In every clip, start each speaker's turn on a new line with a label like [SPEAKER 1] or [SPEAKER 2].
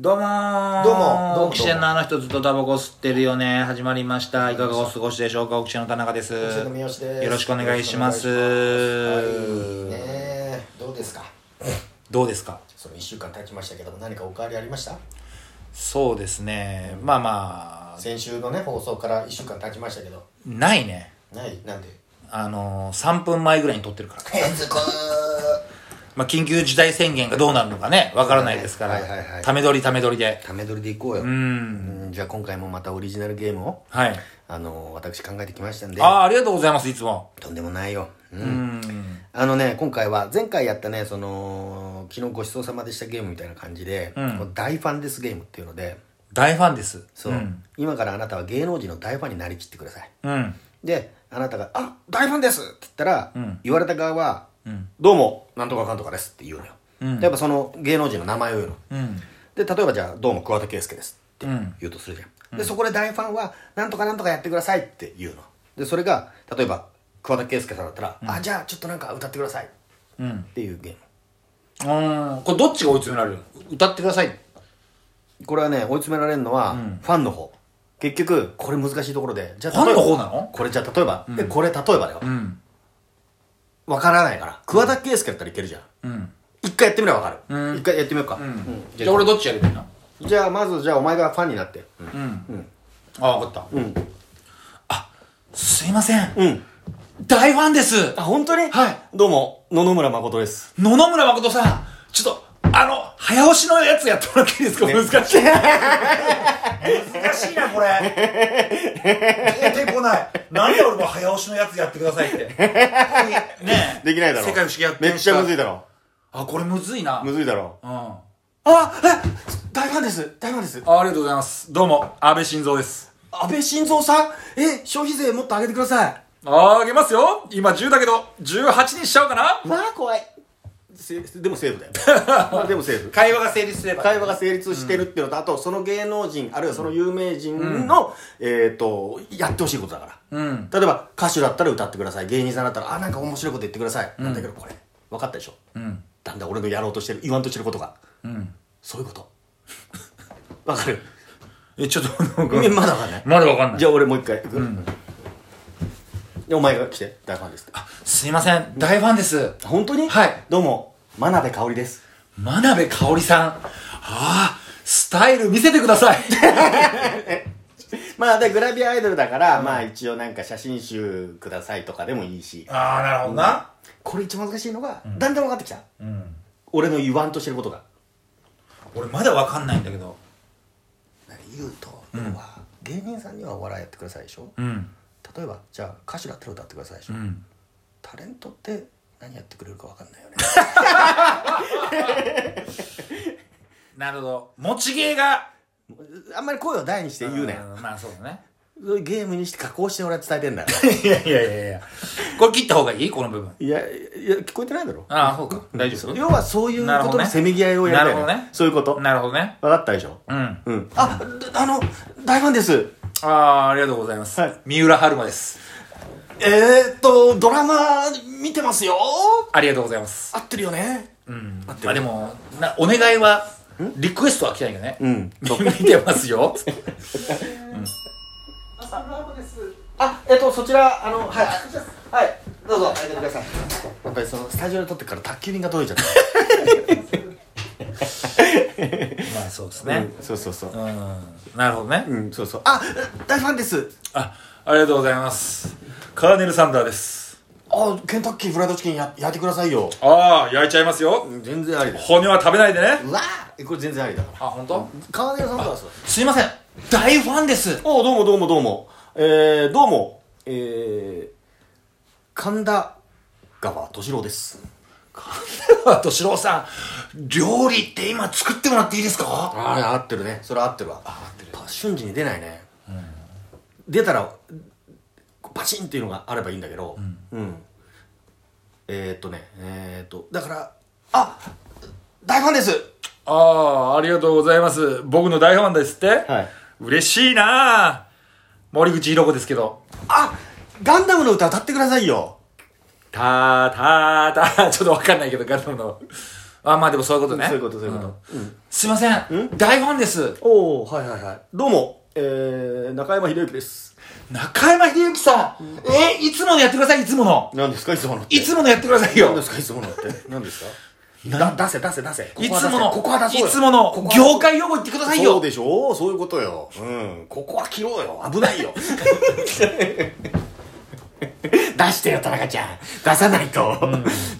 [SPEAKER 1] どうもー
[SPEAKER 2] どうも
[SPEAKER 1] オキシエンのあの人ずっとタバコ吸ってるよね始まりましたいかがお過ごしでしょうかオキシエンの田中です
[SPEAKER 2] 吉田の三好です
[SPEAKER 1] よろしくお願いします
[SPEAKER 2] よろしくお願いしますはいねえどうですか
[SPEAKER 1] どうですか
[SPEAKER 2] その1週間経ちましたけども何かお変わりありました
[SPEAKER 1] そうですねまあまあ
[SPEAKER 2] 先週のね放送から1週間経ちましたけど
[SPEAKER 1] ないね
[SPEAKER 2] ないなんで
[SPEAKER 1] あのー、3分前ぐらいに撮ってるから、
[SPEAKER 2] 変ずこ
[SPEAKER 1] まあ、緊急事態宣言がどうなるのかねわからないですから、
[SPEAKER 2] はいはいはい
[SPEAKER 1] ため撮りため撮りで
[SPEAKER 2] ため取りでいこうようんじゃあ今回もまたオリジナルゲームを
[SPEAKER 1] はい
[SPEAKER 2] あの私考えてきましたんで
[SPEAKER 1] ああありがとうございますいつも
[SPEAKER 2] とんでもないようんあのね今回は前回やったねその昨日ごちそうさまでしたゲームみたいな感じで、大ファンですゲームっていうので
[SPEAKER 1] 大ファンです
[SPEAKER 2] そう、今からあなたは芸能人の大ファンになりきってください
[SPEAKER 1] うん
[SPEAKER 2] であなたが「あ大ファンです!」って言ったら、言われた側は、どうもなんとかかんとかです」って言うのよ、でやっぱその芸能人の名前を言うの、で例えばじゃあ「どうも桑田佳祐です」って言うとするじゃん、でそこで大ファンは「なんとかなんとかやってください」って言うのでそれが例えば桑田佳祐さんだったら「あじゃあちょっとなんか歌ってください」っていうゲーム
[SPEAKER 1] うーんこれどっちが追い詰められる歌ってください
[SPEAKER 2] これはね追い詰められるのは、ファンの方結局これ難しいところでじゃあ
[SPEAKER 1] ファンの
[SPEAKER 2] 例え
[SPEAKER 1] 方
[SPEAKER 2] ば
[SPEAKER 1] なの
[SPEAKER 2] これじゃあ例えば、えこれ例えばだよ、わからないから桑田佳祐だったらいけるじゃん、一回やってみればわかる、一回やってみようか、うん
[SPEAKER 1] じゃあ俺どっちやればいいの
[SPEAKER 2] じゃあまずじゃあお前がファンになって
[SPEAKER 1] ああ分かった
[SPEAKER 2] うん、
[SPEAKER 1] すいません
[SPEAKER 2] うん、
[SPEAKER 1] 大ファンです
[SPEAKER 2] あ本当に
[SPEAKER 1] はい
[SPEAKER 2] どうも野々村誠です
[SPEAKER 1] 野々村誠さんちょっとあの早押しのやつやってもらっていいですか、難 しい難しいなこれ出てこない何で俺も早押しのやつやってください ってねえ
[SPEAKER 2] できないだろ
[SPEAKER 1] 世界不思議やって
[SPEAKER 2] めっちゃむずいだろ
[SPEAKER 1] あこれむずいな
[SPEAKER 2] む
[SPEAKER 1] ず
[SPEAKER 2] ずいだろ
[SPEAKER 1] うんあ
[SPEAKER 2] あえ大ファンです大ファンです
[SPEAKER 1] ありがとうございますどうも安倍晋三です
[SPEAKER 2] 安倍晋三さんえ消費税もっと上げてください
[SPEAKER 1] あげますよ今10だけど18にしちゃおうかな
[SPEAKER 2] まあ怖いせ でもセーフだ よまあでもセーフ
[SPEAKER 1] 会話が成立すれば
[SPEAKER 2] 会話が成立してるっていうのと、あとその芸能人あるいはその有名人の、えっ、とやってほしいことだから、
[SPEAKER 1] うん
[SPEAKER 2] 例えば歌手だったら歌ってください芸人さんだったらあなんか面白いこと言ってください、なんだけどこれ分かったでしょ、だんだん俺のやろうとしてる言わんとしてることが、そういうこと わかる
[SPEAKER 1] えちょっとなんか
[SPEAKER 2] まだわかんない
[SPEAKER 1] まだわかんない
[SPEAKER 2] じゃあ俺もう一回いく、でお前が来て大ファンですってあ
[SPEAKER 1] すいません大ファンです
[SPEAKER 2] 本当に
[SPEAKER 1] はい
[SPEAKER 2] どうも真鍋かおりです
[SPEAKER 1] 真鍋かおりさん。ああ、スタイル見せてください。
[SPEAKER 2] まあでグラビアアイドルだから、まあ一応なんか写真集くださいとかでもいいし
[SPEAKER 1] ああ、なるほどな。
[SPEAKER 2] これ一番難しいのが、だんだん分かってきた、俺の言わんとしてることが
[SPEAKER 1] 俺まだわかんないんだけど。
[SPEAKER 2] 言うと、要は芸人さんにはお笑いやってくださいでしょ、
[SPEAKER 1] うん。
[SPEAKER 2] 例えばじゃあ歌手だったら歌ってくださいでしょ、
[SPEAKER 1] うん。
[SPEAKER 2] タレントって何やってくれるか分かんないよね
[SPEAKER 1] なるほど。持ち芸が。
[SPEAKER 2] あんまり声を大にして言うね
[SPEAKER 1] ん。まあそうだね。
[SPEAKER 2] そういうゲームにして加工して俺は伝えてん だよ
[SPEAKER 1] いやいやいやいや。これ切った方がいいこの部分。
[SPEAKER 2] いやいや聞こえてないだろ
[SPEAKER 1] ああ、そうか。大丈
[SPEAKER 2] 要はそういう
[SPEAKER 1] なる
[SPEAKER 2] こ
[SPEAKER 1] ほど
[SPEAKER 2] と
[SPEAKER 1] ね
[SPEAKER 2] のせめぎ合いをやるんだ
[SPEAKER 1] なる
[SPEAKER 2] よ
[SPEAKER 1] ほどね
[SPEAKER 2] そういうこと
[SPEAKER 1] 夫。
[SPEAKER 2] 分
[SPEAKER 1] なるほどね。
[SPEAKER 2] かったでしょ
[SPEAKER 1] うん。
[SPEAKER 2] うん、あ、あの大ファンです
[SPEAKER 1] ああ、ありがとうございます。
[SPEAKER 2] はい
[SPEAKER 1] 三浦春馬です。
[SPEAKER 2] えー、っと、ドラマ見てますよ
[SPEAKER 1] ありがとうございます。
[SPEAKER 2] 合ってるよねうん。合って
[SPEAKER 1] まあ
[SPEAKER 2] る。
[SPEAKER 1] でも、なお願いは、リクエストは来ないよね。
[SPEAKER 2] うん。
[SPEAKER 1] 見てます よ。
[SPEAKER 2] あ、えっと、そちら、あの、はい。はい、どうぞ、開けてください。やっぱりその、スタジオで撮ってから宅急便が届いちゃった。
[SPEAKER 1] まあそうですね。
[SPEAKER 2] そうそうそうう。
[SPEAKER 1] ん。なるほどね。
[SPEAKER 2] うん、そうそう。あ、大ファンです
[SPEAKER 1] あ、ありがとうございます。カーネル・サンダーです。
[SPEAKER 2] あ、ケンタッキーフライドチキンや焼いてくださいよ。
[SPEAKER 1] ああ、焼いちゃいますよ。
[SPEAKER 2] 全然ありだ
[SPEAKER 1] 骨は食べないでね。
[SPEAKER 2] うわぁこれ全然ありだから。
[SPEAKER 1] あ、本当？
[SPEAKER 2] 川根さんとはそう。
[SPEAKER 1] すいません。大ファンです。
[SPEAKER 2] おどうもどうもどうも。えー、どうも。えー、神田川敏郎です。
[SPEAKER 1] 敏郎さん、料理って今作ってもらっていいですか
[SPEAKER 2] あれ合ってるねそれ合ってるわあ合ってる瞬時に出ないね、出たらパチンっていうのがあればいいんだけどうん、えー、っとねえー、っとだからあ大ファンです
[SPEAKER 1] ああ、ありがとうございます。僕の大ファンですって
[SPEAKER 2] はい
[SPEAKER 1] 嬉しいなあ森口博子ですけど。
[SPEAKER 2] あガンダムの歌歌ってくださいよ
[SPEAKER 1] たーたーたー、ちょっとわかんないけど、ガンダムの。あまあでもそういうことね
[SPEAKER 2] そういうことそういうこと
[SPEAKER 1] んすいません台本です
[SPEAKER 2] おおはいはいはいどうも、えー、中山秀幸です
[SPEAKER 1] 中山秀幸さんえーいつものやってくださいいつもの
[SPEAKER 2] 何ですかいつものって
[SPEAKER 1] いつものやってください
[SPEAKER 2] 何
[SPEAKER 1] よ
[SPEAKER 2] ですかいつものって何です かだ出せ出せ出せ
[SPEAKER 1] いつもの
[SPEAKER 2] ここは出そう
[SPEAKER 1] い
[SPEAKER 2] よ
[SPEAKER 1] つもの
[SPEAKER 2] ここは
[SPEAKER 1] 業界用語言ってください
[SPEAKER 2] そう
[SPEAKER 1] よ
[SPEAKER 2] でしょそういうことようんここは切ろうよ危ないよ 出してよ田中ちゃん出さないと、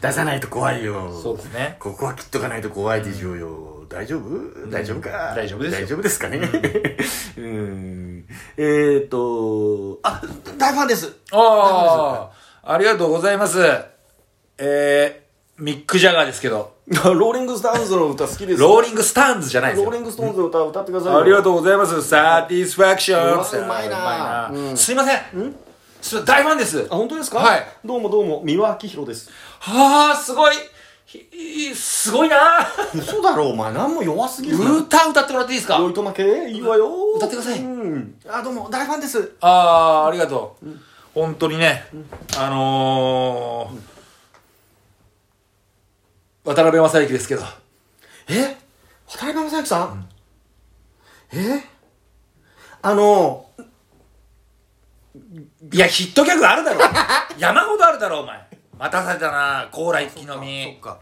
[SPEAKER 2] 出さないと怖いよ
[SPEAKER 1] そうですね
[SPEAKER 2] ここは切っとかないと怖いでしょうよ、大丈夫、大丈夫か
[SPEAKER 1] 大丈夫ですよ
[SPEAKER 2] 大丈夫ですかねうん、えーっとあ大ファンです
[SPEAKER 1] ああありがとうございますえー、ミック・ジャガーですけど
[SPEAKER 2] あ ローリングスターンズの歌好きです
[SPEAKER 1] ローリング・スターンズじゃないです
[SPEAKER 2] ロ
[SPEAKER 1] よ
[SPEAKER 2] ーリングストーンズの歌歌ってくださいよ
[SPEAKER 1] ありがとうございます。サティスファクション。
[SPEAKER 2] うわうまいな
[SPEAKER 1] うまいすいません。すいません大ファンです。
[SPEAKER 2] あ本当ですか
[SPEAKER 1] はい。
[SPEAKER 2] どうもどうも三輪明宏です
[SPEAKER 1] はあ、すごい。ひひすごいな。
[SPEAKER 2] 嘘だろお前何も弱すぎる
[SPEAKER 1] 歌歌ってもらっていいですか
[SPEAKER 2] 酔いと負けいいわよ
[SPEAKER 1] 歌ってください
[SPEAKER 2] うんあどうも大ファンです
[SPEAKER 1] ああ、ありがとう。本当にね、あのー、渡辺正行ですけど、
[SPEAKER 2] え渡辺正行さん、えあの
[SPEAKER 1] いや、ヒット曲ある だろ。山ほどあるだろ、お前。待たされたな、高麗木の
[SPEAKER 2] そっ
[SPEAKER 1] 実。
[SPEAKER 2] か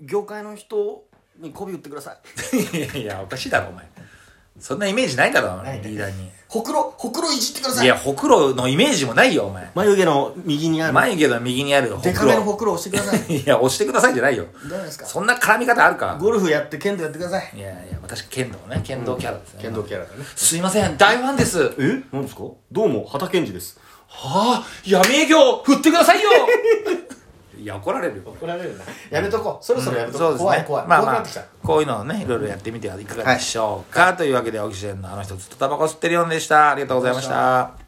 [SPEAKER 2] 業界の人に媚び売ってください
[SPEAKER 1] いやいや、おかしいだろ、お前。そんなイメージないだろ、お
[SPEAKER 2] ない
[SPEAKER 1] 前
[SPEAKER 2] ない
[SPEAKER 1] リーダーに。
[SPEAKER 2] ほくろほくろいじってくださ
[SPEAKER 1] い
[SPEAKER 2] い
[SPEAKER 1] や、ほくろのイメージもないよ、お前。
[SPEAKER 2] 眉毛の右にある
[SPEAKER 1] 眉毛の右にあるほ
[SPEAKER 2] デ
[SPEAKER 1] く
[SPEAKER 2] カめの
[SPEAKER 1] ろ。
[SPEAKER 2] ほくろ押してください
[SPEAKER 1] いや、押してくださいじゃないよ。
[SPEAKER 2] ダメですか
[SPEAKER 1] そんな絡み方あるか。
[SPEAKER 2] ゴルフやって剣道やってください
[SPEAKER 1] いやいや、私、剣道ね。剣道キャラですね。
[SPEAKER 2] キャラだね
[SPEAKER 1] すいません、大ファンです。は
[SPEAKER 2] えなんですかどうも畑健二です
[SPEAKER 1] あ、闇営業、振ってくださいよ いや、怒られるよ。
[SPEAKER 2] 怒られるなやめとこうそろそろやめとこ
[SPEAKER 1] そ
[SPEAKER 2] う,、
[SPEAKER 1] うですね
[SPEAKER 2] 怖い怖い、
[SPEAKER 1] まあ
[SPEAKER 2] 怖
[SPEAKER 1] ま
[SPEAKER 2] くな
[SPEAKER 1] あ
[SPEAKER 2] ってきた
[SPEAKER 1] こういうのをねいろいろやってみてはいかがでしょうか、というわけでオキシエンのあの人ずっとタバコ吸ってるようでしたありがとうございました